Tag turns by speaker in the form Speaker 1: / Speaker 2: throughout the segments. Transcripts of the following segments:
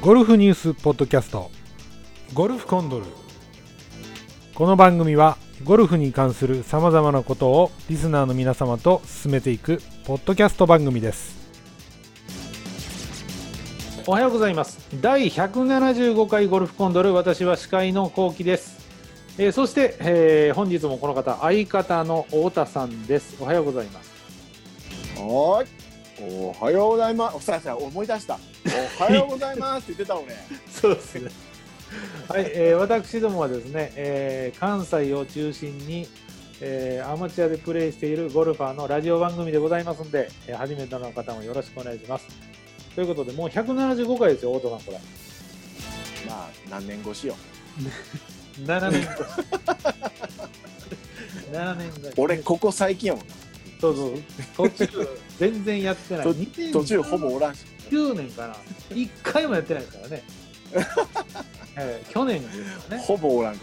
Speaker 1: ゴルフニュースポッドキャストゴルフコンドルこの番組はゴルフに関するさまざまなことをリスナーの皆様と進めていくポッドキャスト番組です
Speaker 2: おはようございます第175回ゴルフコンドル私は司会の幸喜です、えーそして、えー本日もこの方相方の太田さんですおはようございます
Speaker 3: はーい。おはようございます。おささ思い出した。おはようございますって言ってた俺。
Speaker 2: そうですねはい、えー私どもはですね、えー関西を中心に、えーアマチュアでプレイしているゴルファーのラジオ番組でございますんで、えー初めての方もよろしくお願いしますということでもう175回ですよ太田さんこれ
Speaker 3: まあ何年越しよ。
Speaker 2: 7年7年ぐらい
Speaker 3: 俺ここ最近やもんな。
Speaker 2: そうそう、途中、全然やってない。
Speaker 3: と
Speaker 2: 2009
Speaker 3: 途中ほぼおらんし。
Speaker 2: 年かな、一回もやってないですからね。えー去年ですからね。
Speaker 3: ほぼおらんか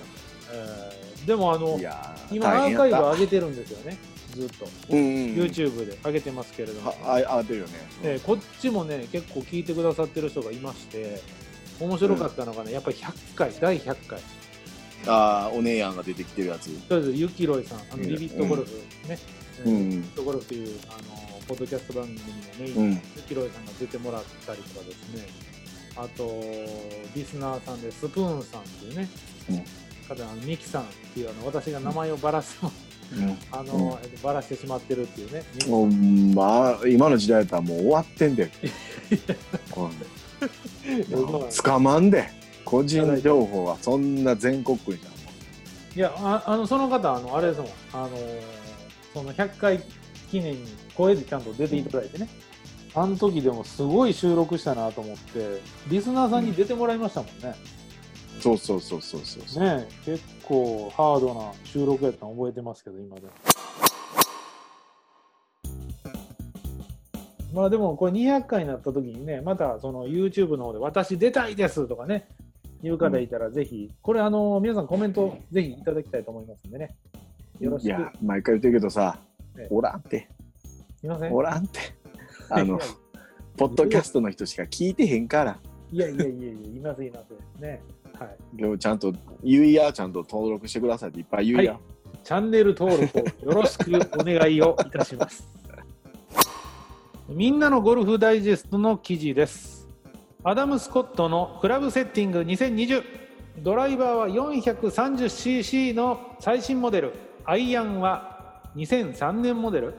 Speaker 2: えーでも、あ
Speaker 3: ら。
Speaker 2: の
Speaker 3: い、やー
Speaker 2: 今
Speaker 3: 大
Speaker 2: ア
Speaker 3: 変
Speaker 2: ー
Speaker 3: や
Speaker 2: カ
Speaker 3: っ
Speaker 2: イブ
Speaker 3: た。
Speaker 2: 上げてるんですよね。ずっと、
Speaker 3: うんうん。
Speaker 2: YouTube で上げてますけれども
Speaker 3: は。ああ出るよね。
Speaker 2: えーこっちもね、結構聞いてくださってる人がいまして。面白かったのがね、やっぱり100回、第100回。
Speaker 3: ああお姉やんが出てきてるやつ。
Speaker 2: とりあえず、ゆきろいさん、あの
Speaker 3: うん
Speaker 2: リビットゴルフね。
Speaker 3: う
Speaker 2: リビ
Speaker 3: ん
Speaker 2: ットゴルフという、あの、ポッドキャスト番組のメイン
Speaker 3: う。ん。
Speaker 2: ゆきろいさんが出てもらったりとかですね、あと、リスナーさんで、スプーンさんっていうね、
Speaker 3: うん
Speaker 2: 方あのミキさんっていうあの、私が名前をばらしても、あの、えっとばらしてしまってるっていうね、ミキ
Speaker 3: うん。もうまあ今の時代やったらもう終わって んで。うん
Speaker 2: まあ
Speaker 3: 捕まんで個人情報はそんな全国区になる
Speaker 2: いやあ、あの、その方、あの、あれですもん、あの、その100回記念に声でちゃんと出ていただいてね、あの時でもすごい収録したなと思って、リスナーさんに出てもらいましたもんね。
Speaker 3: そうそうそうそうそうそう。
Speaker 2: ねえ結構ハードな収録やったの覚えてますけど今でまあでもこれ200回になった時にねまたその YouTube の方で「私出たいです」とかね言う方いたらぜひ、これあの皆さんコメントぜひいただきたいと思いますんでねよろし
Speaker 3: い
Speaker 2: く
Speaker 3: や毎回言ってるけどさ
Speaker 2: ええ
Speaker 3: おらんて
Speaker 2: すいません
Speaker 3: おら んてあのポッドキャストの人しか聞いてへんから
Speaker 2: いやいやいやいやいますいますねはい
Speaker 3: でもちゃんと言いやちゃんと登録してくださいっていっぱい言いや、
Speaker 2: はいチャンネル登録をよろしくお願いをいたし ます。みんなのゴルフダイジェストの記事です。アダム・スコットのクラブセッティング2020ドライバーは 430cc の最新モデルアイアンは2003年モデル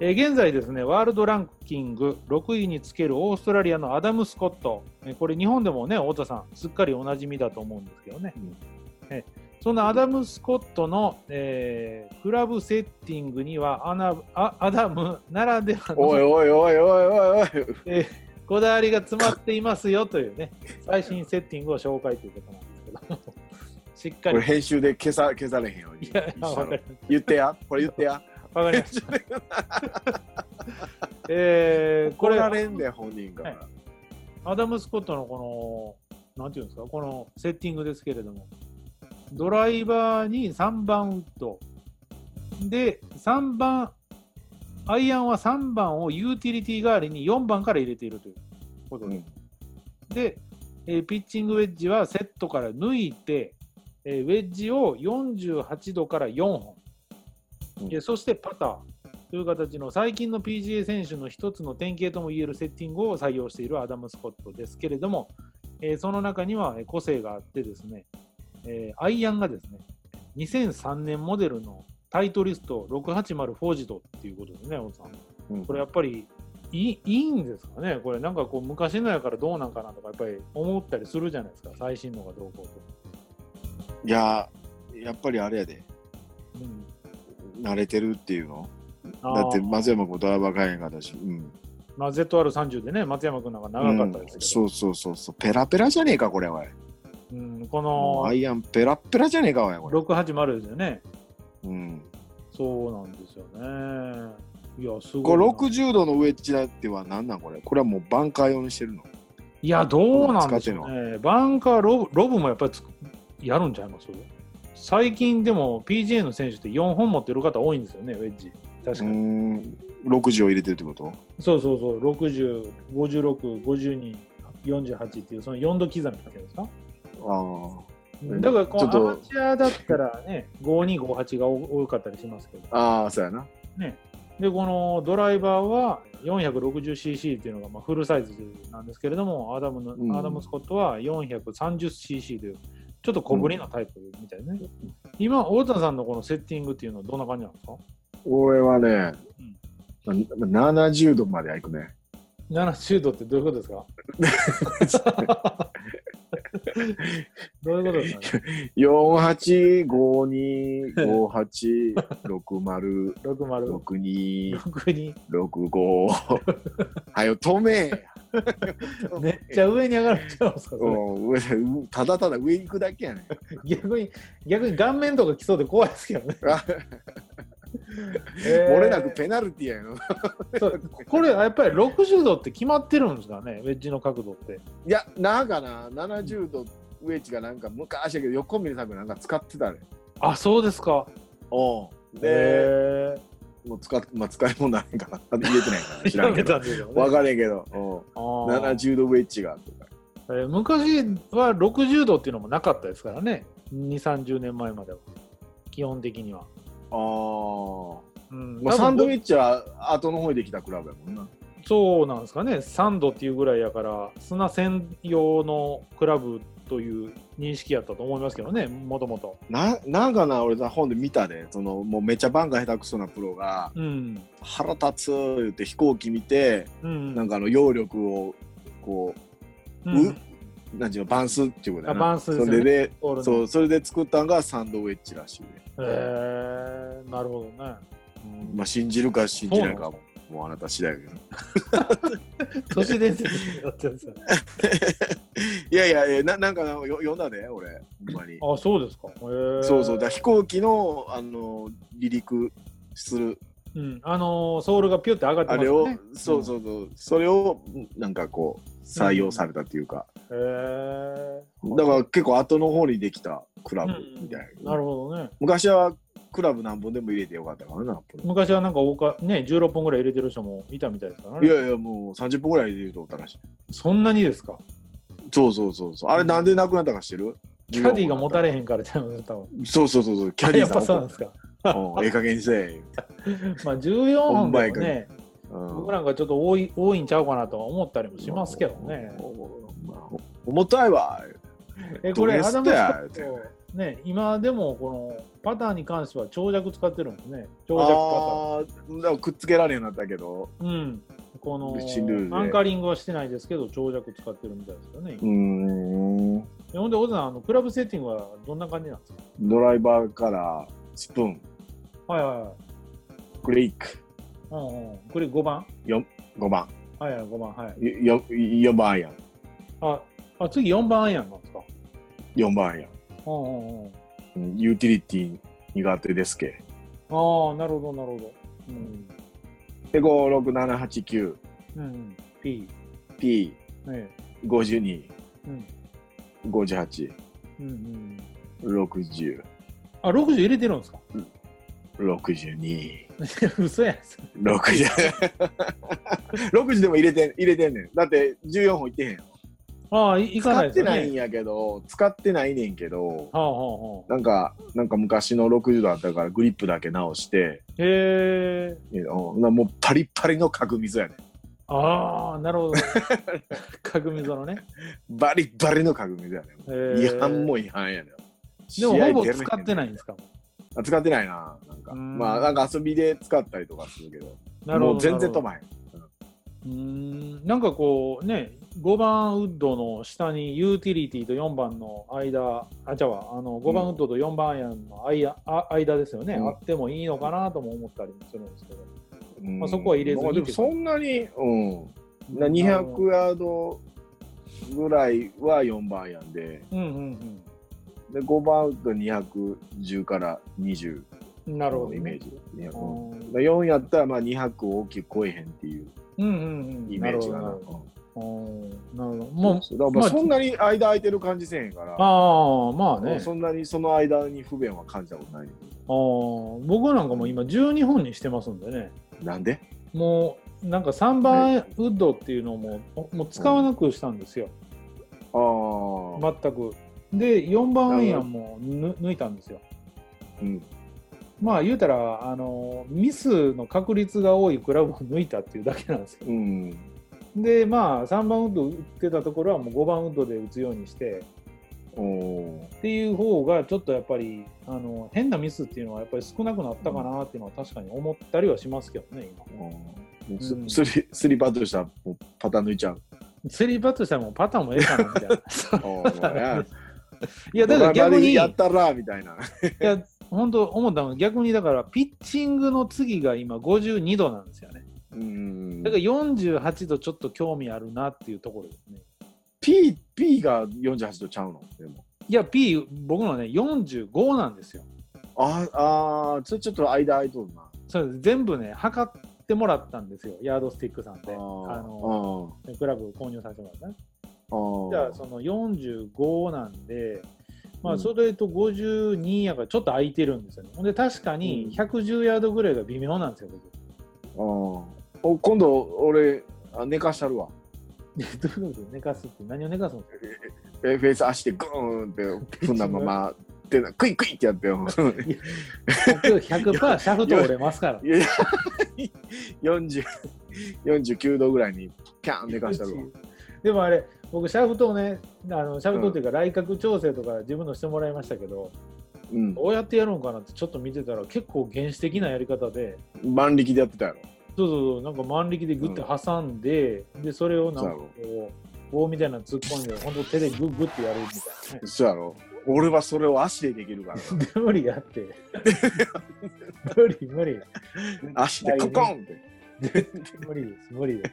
Speaker 2: えー現在ですねワールドランキング6位につけるオーストラリアのアダム・スコットえーこれ日本でもね太田さんすっかりおなじみだと思うんですけどね、そのアダム・スコットの、えークラブセッティングにはアナあアダムならでは
Speaker 3: おい
Speaker 2: の
Speaker 3: おいおいおいおいおい
Speaker 2: こだわりが詰まっていますよというね最新セッティングを紹介ということなんですけど しっか
Speaker 3: こ
Speaker 2: り
Speaker 3: れ編集で消さ消され へんように
Speaker 2: あわかり
Speaker 3: 言ってやこれ言っ てや
Speaker 2: わかりましたえーこ
Speaker 3: こ
Speaker 2: れ
Speaker 3: られんで本人から、
Speaker 2: はいアダム・スコットのこの、なんていうんですか、このセッティングですけれども、ドライバーに3番ウッド、で、3番、アイアンは3番をユーティリティ代わりに4番から入れているということ
Speaker 3: う
Speaker 2: で、
Speaker 3: ん
Speaker 2: でえーピッチングウェッジはセットから抜いて、えーウェッジを48度から4本、
Speaker 3: うん
Speaker 2: えーそしてパターという形の最近の PGA 選手の一つの典型ともいえるセッティングを採用しているアダム・スコットですけれども、えーその中にはえー個性があってですね、えーアイアンがですね2003年モデルのタイトリスト680フォージドっていうことですね、小野さん。
Speaker 3: うん
Speaker 2: これやっぱりいいいいんですかね、これなんかこう昔のやからどうなんかなとかやっぱり思ったりするじゃないですか、最新のがどうこうと。
Speaker 3: いややっぱりあれやで
Speaker 2: うん、
Speaker 3: 慣れてるっていうの
Speaker 2: あ
Speaker 3: だ
Speaker 2: ー
Speaker 3: って松山もドライバー買えへんかったし、うん、
Speaker 2: まあ、ZR30 でね、松山君なんか長かったですけど、
Speaker 3: うんそうそうそうそうペラペラじゃねえかこれは
Speaker 2: うんこ
Speaker 3: もうア
Speaker 2: の
Speaker 3: イアンペラッペラじゃねえかわよこれ。
Speaker 2: 680ですよね、
Speaker 3: うん、
Speaker 2: そうなんですよね。いや、すご
Speaker 3: こ
Speaker 2: い
Speaker 3: れ
Speaker 2: な。
Speaker 3: 60度のウェッジだっては何なんこれこれはもうバンカー用にしてるの
Speaker 2: いや、どうなんでしょうね。バンカーロブ、ロブもやっぱりつやるんちゃいます最近でも PGA の選手って4本持ってる方多いんですよね、ウェッジ。確
Speaker 3: う
Speaker 2: かに。
Speaker 3: ーん60を入れてるってこと
Speaker 2: そうそうそう、60、56、52、 48っていうその4度刻みだけですか
Speaker 3: あうん
Speaker 2: だからこう
Speaker 3: ちょっ
Speaker 2: ア
Speaker 3: と
Speaker 2: マチュアだったらね5258が多多かったりしますけど
Speaker 3: ああーそうやな
Speaker 2: ねでこのドライバーは 460cc っていうのがまあフルサイズなんですけれどもアダムの、
Speaker 3: うん
Speaker 2: アダムスコットは 430cc というちょっと小ぶりなタイプみたいね、今大田さんのこのセッティングっていうのはどんな感じなんですか
Speaker 3: 俺はね、な70度まではいくね
Speaker 2: 70度ってどういうことですか どういうことですかね
Speaker 3: 485258606265
Speaker 2: 60 6に
Speaker 3: はよ止め
Speaker 2: めっちゃ上に上がるちゃうんですかそれ
Speaker 3: うん上でうただただ上行くだけやねん
Speaker 2: 逆に逆に顔面とか来そうで怖いですけどね
Speaker 3: 漏
Speaker 2: 漏
Speaker 3: れなくペナルティーやの
Speaker 2: これやっぱり60度って決まってるんですかねウェッジの角度って
Speaker 3: いや、なんかな、70度ウェッジがなんか昔やけど、横見るためなんか使ってたね。
Speaker 2: あそうですか
Speaker 3: おで、
Speaker 2: へ
Speaker 3: もう使っ、まあ、使い物ないから、あ言えてないから、
Speaker 2: え
Speaker 3: 知らんけど。
Speaker 2: んですよ
Speaker 3: わ
Speaker 2: ね
Speaker 3: かんねえけど、お
Speaker 2: あ
Speaker 3: う
Speaker 2: ー
Speaker 3: 70度ウェッジがとか。
Speaker 2: えー昔は60度っていうのもなかったですからね2三3 0年前までは基本的には、
Speaker 3: あ
Speaker 2: うん
Speaker 3: まあ、サンドウェ
Speaker 2: ッ
Speaker 3: ッジは後の方にできたクラブやもんな。
Speaker 2: そうなんですかね3度っていうぐらいやから砂専用のクラブという認識やったと思いますけどねもともと
Speaker 3: ななんかな、俺さ、本で見たで、その、もうめっちゃバンカー下手くそなプロが、
Speaker 2: うん
Speaker 3: 腹立つ言って飛行機見て、
Speaker 2: うん
Speaker 3: なんかあの、揚力を、こ
Speaker 2: う
Speaker 3: う、
Speaker 2: ん
Speaker 3: うなんていうの、バンスっていうことやな。
Speaker 2: あバンスですよね
Speaker 3: それで、
Speaker 2: オールの
Speaker 3: そう、それで作ったのがサンドウェッジらしいね。
Speaker 2: へえなるほどね
Speaker 3: まあ、信じるか信じないかはもうあなた次第だけど。
Speaker 2: 都市伝説になってるんですよね
Speaker 3: いやいやえー、ななんかよ読んだで、俺、ほんまに。
Speaker 2: あそうですかへえ
Speaker 3: そうそう、だから飛行機のあの離陸する、
Speaker 2: うん、あのーソールがピュって上がって
Speaker 3: あ
Speaker 2: ます
Speaker 3: れ
Speaker 2: よ
Speaker 3: を、
Speaker 2: ね
Speaker 3: そうそうそう、それをなんかこう、採用されたっていうか、
Speaker 2: うんへ
Speaker 3: だから結構後の方にできたクラブみたい
Speaker 2: え
Speaker 3: な。
Speaker 2: なるほどね
Speaker 3: 昔はクラブ何本でも入れてよかったからな。
Speaker 2: 昔はなんか多かね16本ぐらい入れてる人もいたみたいですから
Speaker 3: い
Speaker 2: ね
Speaker 3: やいや、もう30本ぐらい入れてると思ったらしい。
Speaker 2: そんなにですか
Speaker 3: そうそうそうそう。あれなんでなくなったか知ってる
Speaker 2: キャディーが持た
Speaker 3: れ
Speaker 2: れへんからちゃうんです多分
Speaker 3: そうそうそうそう、キャ
Speaker 2: あ
Speaker 3: ディ
Speaker 2: や
Speaker 3: ー
Speaker 2: っ
Speaker 3: さ
Speaker 2: ぱ
Speaker 3: ん
Speaker 2: そうなんですか
Speaker 3: うんええ加減にせえ。
Speaker 2: まあ14本でもね
Speaker 3: うん
Speaker 2: 僕なんかちょっと多い多いんちゃうかなとは思ったりもしますけどね
Speaker 3: まあ重たいわ。
Speaker 2: えこれ
Speaker 3: ドレ
Speaker 2: ア
Speaker 3: ス
Speaker 2: ダムス
Speaker 3: だよ
Speaker 2: コットね今でもこのパターンに関しては長尺使ってるんですね長尺パ
Speaker 3: あーでもくっつけられへんようになったけど、
Speaker 2: ターンうんこ
Speaker 3: 新ルールで
Speaker 2: のアンカーリングはしてないですけど長尺使ってるみたいですよね
Speaker 3: うーん、
Speaker 2: えほんで小田さんあのクラブセッティングはどんな感じなんですか
Speaker 3: ドライバーからスプーン、
Speaker 2: はいはいはい
Speaker 3: クレイク、
Speaker 2: うんうんこれ5番
Speaker 3: 5番、
Speaker 2: はいはい5番はい
Speaker 3: よよ4番アイアン、
Speaker 2: ああ次4番アイアンなんですか
Speaker 3: 4番アイ
Speaker 2: うんうんうん
Speaker 3: アン、ユーティリティ苦手ですけ。
Speaker 2: ああなるほどなるほどうん
Speaker 3: で、5、6、7、8、9、
Speaker 2: うんうん、P
Speaker 3: P、
Speaker 2: ね
Speaker 3: 52、
Speaker 2: うん
Speaker 3: 58、
Speaker 2: うんうん
Speaker 3: 60、
Speaker 2: あ60入れてるんです か
Speaker 3: 62。
Speaker 2: 嘘やん
Speaker 3: 60 60でも入れてん入れてんねんだって14本いってへんやん
Speaker 2: ああいいかな
Speaker 3: 使
Speaker 2: いで
Speaker 3: っ
Speaker 2: す
Speaker 3: て
Speaker 2: よね
Speaker 3: ないんやけど使ってないねんけど
Speaker 2: はあはあはあ。
Speaker 3: なんかなんか昔の60度あったからグリップだけ直して
Speaker 2: へえ。
Speaker 3: えおなもうパリッパリの角溝やね
Speaker 2: ああ、な るほど。角溝のね。
Speaker 3: んバリッバリの角溝やね
Speaker 2: え
Speaker 3: ん
Speaker 2: ー
Speaker 3: 違反も違反やねん
Speaker 2: でもほぼ
Speaker 3: 試合出れへん
Speaker 2: 使ってないんですか。
Speaker 3: あ使ってないななんか
Speaker 2: うん
Speaker 3: まあなんか遊びで使ったりとかするけど
Speaker 2: なるほど。
Speaker 3: もう全然止
Speaker 2: なる
Speaker 3: まへん
Speaker 2: ほどうーん。なんかこうね、5番ウッドの下にユーティリティと4番の間、あ、じゃあ、あの5番ウッドと4番アイアンの間,、あ間ですよね、
Speaker 3: うん
Speaker 2: あってもいいのかなとも思ったりもするんですけど。
Speaker 3: うん
Speaker 2: まあそこは入れずに
Speaker 3: まあでもそんなにうん
Speaker 2: な
Speaker 3: な
Speaker 2: るほど
Speaker 3: 200ヤードぐらいは4番やんで
Speaker 2: うんうん
Speaker 3: で5番打つと210から20
Speaker 2: うん。なるほど、
Speaker 3: のイメージ、200
Speaker 2: う
Speaker 3: うん
Speaker 2: ん
Speaker 3: だから4やったらまあ200を大きく超えへんっていう
Speaker 2: うんうんうん。
Speaker 3: イメージか
Speaker 2: な
Speaker 3: な
Speaker 2: る
Speaker 3: うん
Speaker 2: ほど。うんなるほど。もう
Speaker 3: そうだからまあ
Speaker 2: まあ
Speaker 3: そんなに間空いてる感じせえへんから、
Speaker 2: ああまあね
Speaker 3: そんなにその間に不便は感じたことない
Speaker 2: あー僕なんかもう今12本にしてますんでね
Speaker 3: なんで
Speaker 2: もうなんか3番ウッドっていうのももう使わなくしたんですよ、
Speaker 3: あー、
Speaker 2: 全く。で、4番アイアンもぬ抜いたんですよ。
Speaker 3: うん。
Speaker 2: まあ言うたら、あのミスの確率が多いクラブを抜いたっていうだけなんですよ。
Speaker 3: うん。
Speaker 2: で、まあ3番ウッド打ってたところはもう5番ウッドで打つようにして
Speaker 3: おお
Speaker 2: っていう方がちょっとやっぱりあの変なミスっていうのはやっぱり少なくなったかなっていうのは確かに思ったりはしますけどね、今。
Speaker 3: ー。もうす
Speaker 2: うん
Speaker 3: スリスリーパットしたらもうパターン抜いちゃ う。
Speaker 2: スリーパットしたらもうパターンもええかなみ たいな。
Speaker 3: おー
Speaker 2: いや、だから逆に。
Speaker 3: やったらみたいな。
Speaker 2: いや、本当思ったのが逆にだから、ピッチングの次が今52度なんですよね。
Speaker 3: うん
Speaker 2: だから48度ちょっと興味あるなっていうところですね。
Speaker 3: P, P が48度ちゃうのでも
Speaker 2: いや、P、僕のね、45なんですよ。
Speaker 3: ああーそれちょっと間空いとるな
Speaker 2: それ全部ね、測ってもらったんですよ、ヤードスティックさんで。あの、
Speaker 3: の
Speaker 2: クラブ購入させてもらったね。
Speaker 3: あー
Speaker 2: じゃあ、その45なんで、ま
Speaker 3: う
Speaker 2: あ、
Speaker 3: ん
Speaker 2: それと52やからちょっと空いてるんですよね。ほんで、確かに110ヤードぐらいが微妙なんですよ、僕。
Speaker 3: あーお今度俺あ寝かしたるわ
Speaker 2: でどういうこと寝かすって何を寝かすの
Speaker 3: えフェイス足でグーンって踏んだま までクイクイってやって よ
Speaker 2: 100%シャフト折れますから
Speaker 3: い。やいや40 49度ぐらいにピャン寝かしたるわ
Speaker 2: でもあれ、僕、シャフトをね、あのシャフトっていうか、来角調整とか自分のしてもらいましたけど、
Speaker 3: うん
Speaker 2: どうやってやるのかなってちょっと見てたら、結構原始的なやり方で、
Speaker 3: 万力でやってたやろ
Speaker 2: そうそうそう、なんか万力でグッて挟んで、で、それをなんかこう、棒みたいなの突っ込んで、本当手でグッグッてやるみたいなね。
Speaker 3: そうやろ俺はそれを足でできる から
Speaker 2: で 無理やって。無理、無理。
Speaker 3: 足でココンって
Speaker 2: 無理です、無理で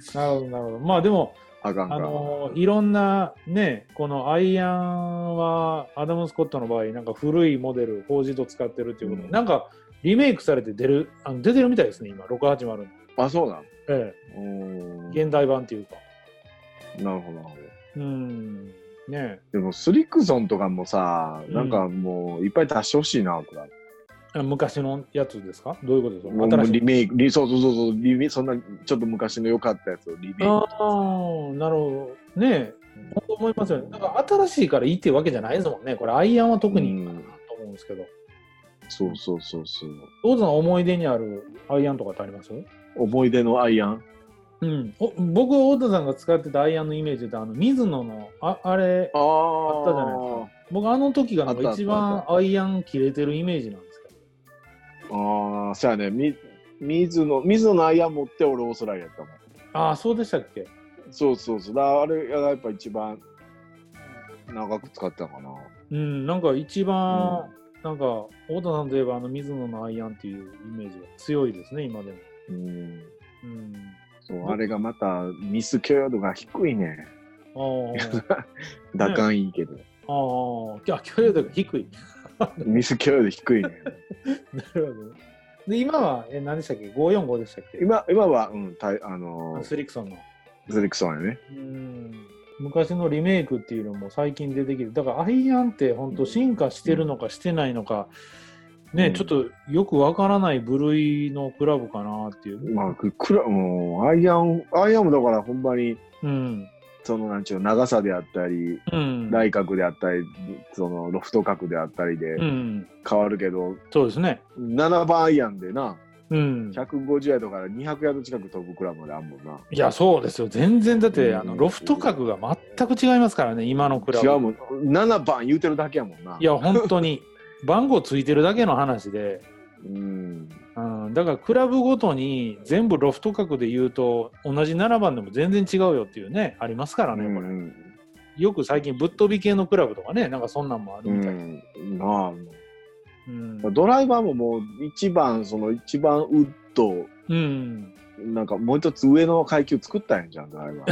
Speaker 2: す。なるほど、なるほど。まあでも、
Speaker 3: あかんか
Speaker 2: あのーいろんなね、このアイアンはアダム・スコットの場合、なんか古いモデル、法事と使ってるっていうことで、
Speaker 3: うん
Speaker 2: なんかリメイクされて出る、あの出てるみたいですね、今、680の。
Speaker 3: あそうなん
Speaker 2: え
Speaker 3: おー
Speaker 2: え、現代版っていうか。
Speaker 3: なるほどなるほど
Speaker 2: うん、ねえ
Speaker 3: でもスリクソンとかもさ、
Speaker 2: うん
Speaker 3: なんかもういっぱい出してほしいなとか、
Speaker 2: あ昔のやつですかどういうことです
Speaker 3: もう
Speaker 2: か新し
Speaker 3: リ
Speaker 2: い。
Speaker 3: メイク、リそうそうそうそうリメイク、そんなちょっと昔の良かったやつをリメイク。
Speaker 2: ああ、なるほど。ねえ、本当思いますよね。なんか新しいからいいっていうわけじゃないですもんね。これ、アイアンは特にいいかなと思うんですけど。
Speaker 3: そうそうそうそう。
Speaker 2: どうぞ思い出にあるアイアンとかってあります
Speaker 3: 思い出のアイアン。
Speaker 2: うん、お僕、太田さんが使ってたアイアンのイメージで、あの水野のああれ、
Speaker 3: ああ
Speaker 2: あったじゃないですか僕、あの時がなん
Speaker 3: あ
Speaker 2: か
Speaker 3: った
Speaker 2: 一
Speaker 3: あっ
Speaker 2: 番アイアン切れてるイメージなんですけど、
Speaker 3: ああ、そうやね。み水野、水野のアイアン持って俺オーストラリアやったもん。
Speaker 2: ああ、そうでしたっけ、
Speaker 3: そうそうそう。だからあれがやっぱ一番長く使ってたのかな。
Speaker 2: うん、なんか一番、なんか太田さんといえば、あの水野のアイアンっていうイメージが強いですね、今でも。
Speaker 3: うん。
Speaker 2: うん、
Speaker 3: そうあれがまたミス許容度が低いね。
Speaker 2: あ
Speaker 3: 打感いいけど。
Speaker 2: あ、ああ、きゃ許容度が低い。
Speaker 3: ミス許容度低いね。
Speaker 2: なるほどね。で、今は、え、何でしたっけ ?545 でしたっけ
Speaker 3: 今今は、うん、たいあのー
Speaker 2: スリクソンの。
Speaker 3: ズリクソンやね。
Speaker 2: うん昔のリメイクっていうのも最近出てきてだからアイアンって本当進化してるのかしてないのか、ね、
Speaker 3: うん
Speaker 2: ちょっとよくわからない部類のクラブかなっていう、
Speaker 3: まあ、くくらもうアイアン、アイアンもだからほんまに、
Speaker 2: うん
Speaker 3: そのなんちゅうの長さであったり、
Speaker 2: うん
Speaker 3: 内角であったり、そのロフト角であったりで
Speaker 2: うん、
Speaker 3: 変わるけど、
Speaker 2: そうですね、
Speaker 3: 7番アイアンでな、
Speaker 2: うん、
Speaker 3: 150ヤードから200ヤード近く飛ぶクラブまであんもんな。
Speaker 2: いやそうですよ全然だって、
Speaker 3: うん
Speaker 2: あのロフト角が全く違いますからね今のクラブ
Speaker 3: 違うもん、7番言うてるだけやもんな。
Speaker 2: いや本当に番号ついてるだけの話で、
Speaker 3: うん。
Speaker 2: うん、だからクラブごとに全部ロフト角で言うと同じ7番でも全然違うよっていうねありますからね、これ
Speaker 3: うん
Speaker 2: よく最近ぶっ飛び系のクラブとかね、なんかそんなんもある
Speaker 3: う
Speaker 2: みたい。
Speaker 3: ん。な
Speaker 2: うん
Speaker 3: あ、ドライバーももう1番、その1番ウッド、
Speaker 2: うん。
Speaker 3: なんかもう一つ上の階級作ったんやんじゃん、ドライバ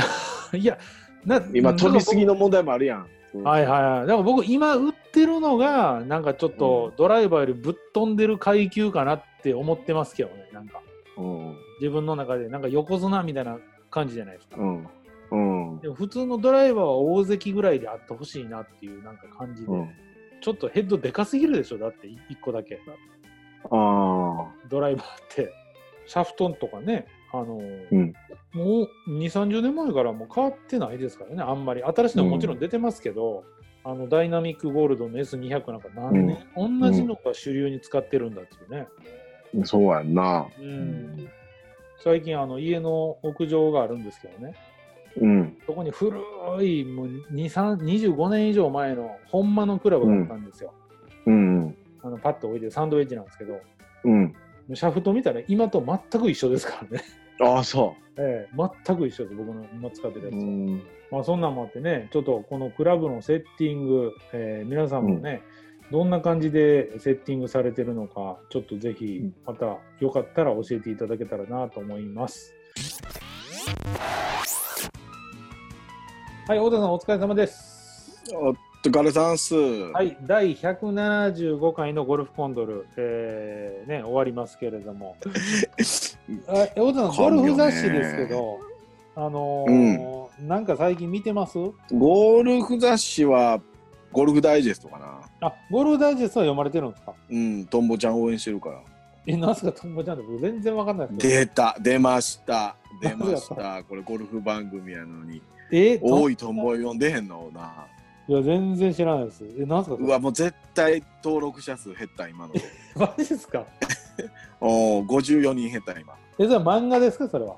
Speaker 3: ー。
Speaker 2: いや、な
Speaker 3: 今飛びすぎ
Speaker 2: の。
Speaker 3: の問題もあるやん。
Speaker 2: はいはいはい。だから僕、今売ってるのが、なんかちょっとドライバーよりぶっ飛んでる階級かなって思ってますけどね、なんか
Speaker 3: うん
Speaker 2: 自分の中で、なんか横綱みたいな感じじゃないですか。
Speaker 3: うんうん
Speaker 2: でも普通のドライバーは大関ぐらいであってほしいなっていうなんか感じで、
Speaker 3: うん
Speaker 2: ちょっとヘッドでかすぎるでしょ、だって1個だけ、
Speaker 3: ああ
Speaker 2: ドライバーって。シャフトンとかね、あの
Speaker 3: うん
Speaker 2: もう2、30年前からもう変わってないですからね、あんまり。新しいのはもちろん出てますけど、あのダイナミックゴールドの S200 なんか何年、同じのが主流に使ってるんだっていうね。
Speaker 3: そうやんな。
Speaker 2: うん、最近あの家の屋上があるんですけどね、
Speaker 3: うん。
Speaker 2: そこに古いもう2 3 25年以上前のほんまのクラブがあったんですよ。
Speaker 3: うん。
Speaker 2: あのパッと置いてるサンドウェッジなんですけど、
Speaker 3: うん。
Speaker 2: シャフト見たら今と全く一緒です からね。
Speaker 3: ああ、そ
Speaker 2: ええ、全く一緒です、僕の今使ってる
Speaker 3: う。
Speaker 2: や
Speaker 3: う
Speaker 2: つ。
Speaker 3: ん。
Speaker 2: まあそんなんもあってね、ちょっとこのクラブのセッティング、えー皆さんもね、どんな感じでセッティングされてるのか、ちょっとぜひ
Speaker 3: うん
Speaker 2: またよかったら教えていただけたらなと思います。はい、太田さんお疲れ様です。
Speaker 3: おっと、ガレさんす。。
Speaker 2: はいい、第175回のゴルフコンドル、えーね、終わりますけれど も、あ太田さん、ゴルフ雑誌ですけど、あのーなんか最近見てます
Speaker 3: ゴルフ雑誌は、ゴルフダイジェストかな。
Speaker 2: あ、ゴルフダイジェストは読まれてるんですか
Speaker 3: うん、トンボちゃん応援してるから。
Speaker 2: え、なんすか、トンボちゃんって僕全然わかんないですけど。
Speaker 3: 出た、出ました。出ました。これゴルフ番組やのに。
Speaker 2: えと
Speaker 3: 多いトンボ呼んでへんのな。
Speaker 2: いや、全然知らないです。え、なんすか、
Speaker 3: うわ、もう絶対登録者数減った、 今ので。
Speaker 2: マジですか
Speaker 3: おお、54人減った、今。
Speaker 2: え、それは漫画ですか、それは。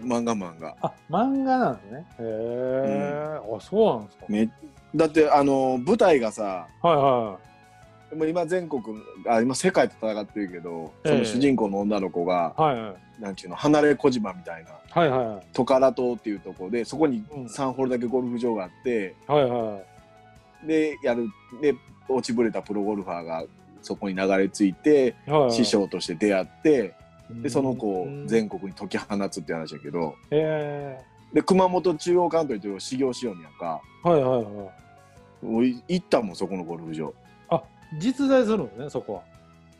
Speaker 3: 漫画漫画。
Speaker 2: あ、漫画なんですね。へえ、あ、そうなんですか。
Speaker 3: めだって、あの、舞台がさ、
Speaker 2: はいは
Speaker 3: もう今全国、あ今世界と戦ってるけど、
Speaker 2: ええ
Speaker 3: その主人公の女の子が、
Speaker 2: い。はいはい。
Speaker 3: なんちゅうの、離れ小島みたいな、
Speaker 2: はいはいはい。
Speaker 3: トカラ島っていうとこで、そこに
Speaker 2: うん
Speaker 3: 3ホールだけゴルフ場があって、
Speaker 2: はいはい。
Speaker 3: で、やる、で、落ちぶれたプロゴルファーがそこに流れ着いて、
Speaker 2: はいはい、
Speaker 3: 師匠として出会って、で、その子を
Speaker 2: うん
Speaker 3: 全国に解き放つって話やけど、
Speaker 2: へ
Speaker 3: で、熊本中央関東という修行しようんやんか、
Speaker 2: ーはいはいはい。
Speaker 3: もうい行ったもん、そこのゴルフ場。
Speaker 2: あ、実在するのね、そこ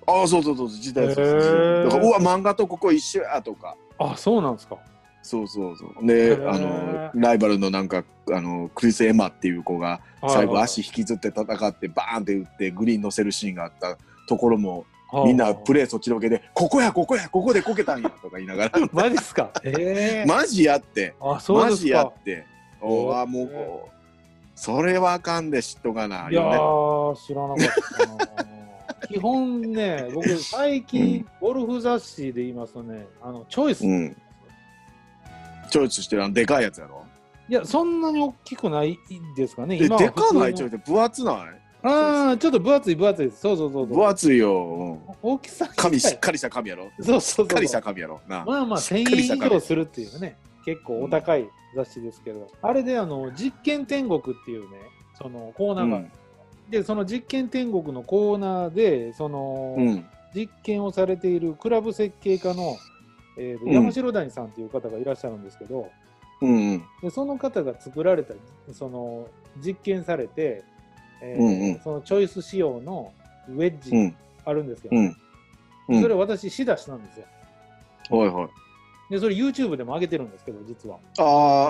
Speaker 3: ああ、そうそうそうそう、時代そうそう
Speaker 2: へえ
Speaker 3: だからうわ、漫画とここ一緒やとか。
Speaker 2: は。あ、そうなんですか。
Speaker 3: そうそうそう。で、
Speaker 2: ー
Speaker 3: あの、ライバルのなんか、あの、クリス・エマっていう子が、最後足引きずって戦って、バーンって打って、グリーン乗せるシーンがあったところも、みんなプ
Speaker 2: レ
Speaker 3: レーそっちのけで、ここや、ここや、ここでこけたんや、とか言いなが ら、
Speaker 2: マジですか。ええ
Speaker 3: マジやって、
Speaker 2: あ、そう
Speaker 3: マ
Speaker 2: で
Speaker 3: ジ
Speaker 2: す
Speaker 3: や
Speaker 2: か
Speaker 3: っ。て、お
Speaker 2: へー
Speaker 3: あもうこう、それはあかんで知っとかない
Speaker 2: や
Speaker 3: よね。
Speaker 2: ー、知らなかったな。基本ね、僕、最近、ゴルフ雑誌で言いますとね、あのチョイス、
Speaker 3: う
Speaker 2: い
Speaker 3: ん。チョイスしてるあの、でかいやつやろ。
Speaker 2: や、そんなに大きくないですかね、
Speaker 3: え、
Speaker 2: は
Speaker 3: でかない
Speaker 2: 普通
Speaker 3: チョ
Speaker 2: の
Speaker 3: イスって分厚ない
Speaker 2: ああ、ちょっと分厚い、分厚いです。そうそうそうそう。
Speaker 3: 分厚いよ。うん
Speaker 2: 大きさ
Speaker 3: 神しっかりした神やろ。
Speaker 2: そうそうそう
Speaker 3: しっかりした神やろ。なあ。
Speaker 2: まあまあ、
Speaker 3: しっ
Speaker 2: 1000
Speaker 3: かりした
Speaker 2: 円以上するっていうね、結構お高い雑誌ですけど、あれであの、実験天国っていうね、そのコーナーがある、で、その実験天国のコーナーで、その、
Speaker 3: うん。うん。
Speaker 2: 実験をされているクラブ設計家の、えーと
Speaker 3: うん
Speaker 2: 山城谷さんという方がいらっしゃるんですけど、
Speaker 3: うんうん。
Speaker 2: でその方が作られたその実験されて、えー
Speaker 3: うんうん
Speaker 2: そのチョイス仕様のウェッ
Speaker 3: う
Speaker 2: ジ
Speaker 3: ん。
Speaker 2: あるんですけど、
Speaker 3: うん。うん
Speaker 2: それ私仕出したんですよ
Speaker 3: はいはい。
Speaker 2: でそれ YouTube でも上げてるんですけど実は
Speaker 3: あ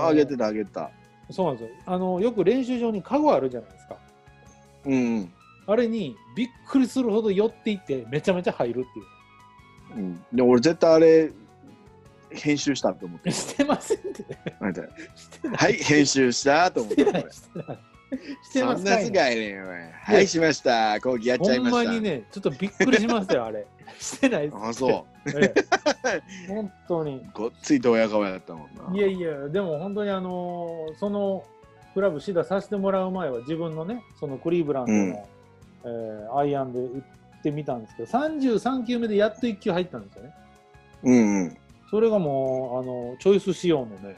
Speaker 3: あ、あげてたあげてた。
Speaker 2: そうなんですよあのよく練習場にカゴあるじゃないですか
Speaker 3: うん。
Speaker 2: あれにびっくりするほど寄っていってめちゃめちゃ入るっていう。
Speaker 3: うん。で俺絶対あれ、編集したと思って
Speaker 2: してませんって
Speaker 3: な んて
Speaker 2: してない
Speaker 3: はい、編集したと思っ
Speaker 2: して
Speaker 3: て。
Speaker 2: ない
Speaker 3: 俺
Speaker 2: してないして
Speaker 3: そ
Speaker 2: ま
Speaker 3: ん
Speaker 2: す
Speaker 3: な
Speaker 2: か
Speaker 3: す
Speaker 2: いな
Speaker 3: がいねんおいはい、しました。講義やっちゃいま
Speaker 2: ほん
Speaker 3: し
Speaker 2: ま
Speaker 3: た。
Speaker 2: にね、ちょっとびっくりしましたよ、あれ。してないです
Speaker 3: あ、そ
Speaker 2: ええ 本当に。
Speaker 3: う。ごっついドヤ顔やったもんな。
Speaker 2: いやいや、でも本当にあのーそのクラブシダさせてもらう前は自分のね、そのクリーブランドの、
Speaker 3: うん
Speaker 2: えーアイアンで打ってみたんですけど、33球目でやっと1球入ったんですよね。
Speaker 3: うんうん。
Speaker 2: それがもう、あのチョイス仕様のね、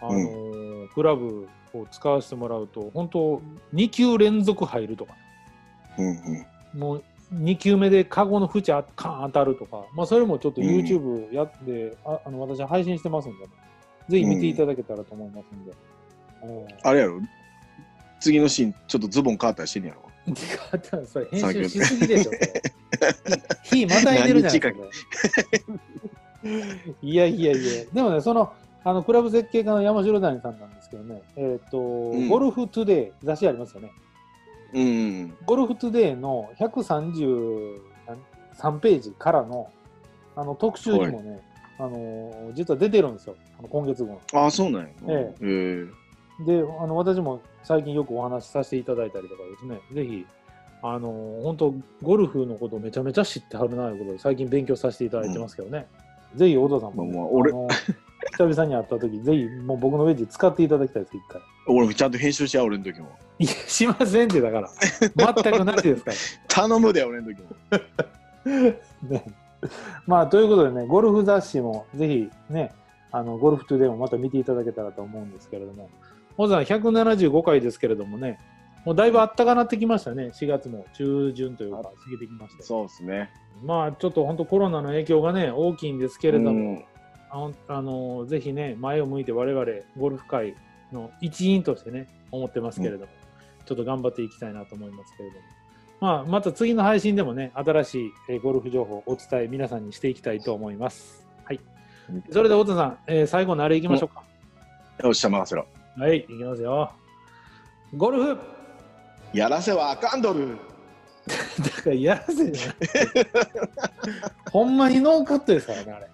Speaker 2: あのークラブを使わせてもらうと、本当2球連続入るとかね
Speaker 3: うんうん。
Speaker 2: もう2球目でカゴの縁あカーン当たるとか、まあ、それもちょっと YouTube やって、ああの私配信してますんで、ね、ぜひ見ていただけたらと思いますんで。うん、
Speaker 3: あれやろ次のシーン、ちょっとズボン変わったりしてんやろ
Speaker 2: あったらそれ編集しすぎでしょ。それ火またいでるじゃないですか。これいやいやいや、でもね、その、あのクラブ設計家の山城谷さんなんですけどね、えっ、と、
Speaker 3: ん
Speaker 2: ゴルフトゥデイ、雑誌ありますよね。
Speaker 3: うんうん。
Speaker 2: ゴルフトゥデイの133ページからの、あの特集にもね、あの実は出てるんですよ、あの今月号の。
Speaker 3: ああ、そうなんや。
Speaker 2: え
Speaker 3: ええ
Speaker 2: であの私も最近よくお話しさせていただいたりとかですね、ぜひ、あの本当、ゴルフのことをめちゃめちゃ知ってはるなということで、最近勉強させていただいてますけどね、ぜひ、お父さんも、ね
Speaker 3: まあまあ俺
Speaker 2: あの久々に会ったとき、ぜひ、もう僕のウェッジ使っていただきたいです、一回。
Speaker 3: 俺、ちゃんと編集しや、俺の時も。
Speaker 2: いや、しませんって、だから、 全くなしですから。
Speaker 3: 頼むで、俺の時も。
Speaker 2: ね、まあということでね、ゴルフ雑誌もぜひね、あのゴルフトゥデイもまた見ていただけたらと思うんですけれども、モザン175回ですけれどもね、もうだいぶあったかなってきましたね、4月も中旬というか、過ぎてきまして、
Speaker 3: そうですね。
Speaker 2: まあちょっと本当、コロナの影響がね、大きいんですけれども、
Speaker 3: うん
Speaker 2: あのあのぜひね、前を向いて我々ゴルフ界の一員としてね、思ってますけれども、ちょっと頑張っていきたいなと思いますけれども、まあ、また次の配信でもね、新しい、えーゴルフ情報をお伝え、皆さんにしていきたいと思います。はい、それで、太田さん、えー最後のあれいきましょうか。
Speaker 3: よっしゃ、任せろ。
Speaker 2: はい、いきますよ。ゴルフ だ
Speaker 3: やらせはあかんど
Speaker 2: か
Speaker 3: る。
Speaker 2: らやらせじゃない。ほんまにノーカットですからね、あれ。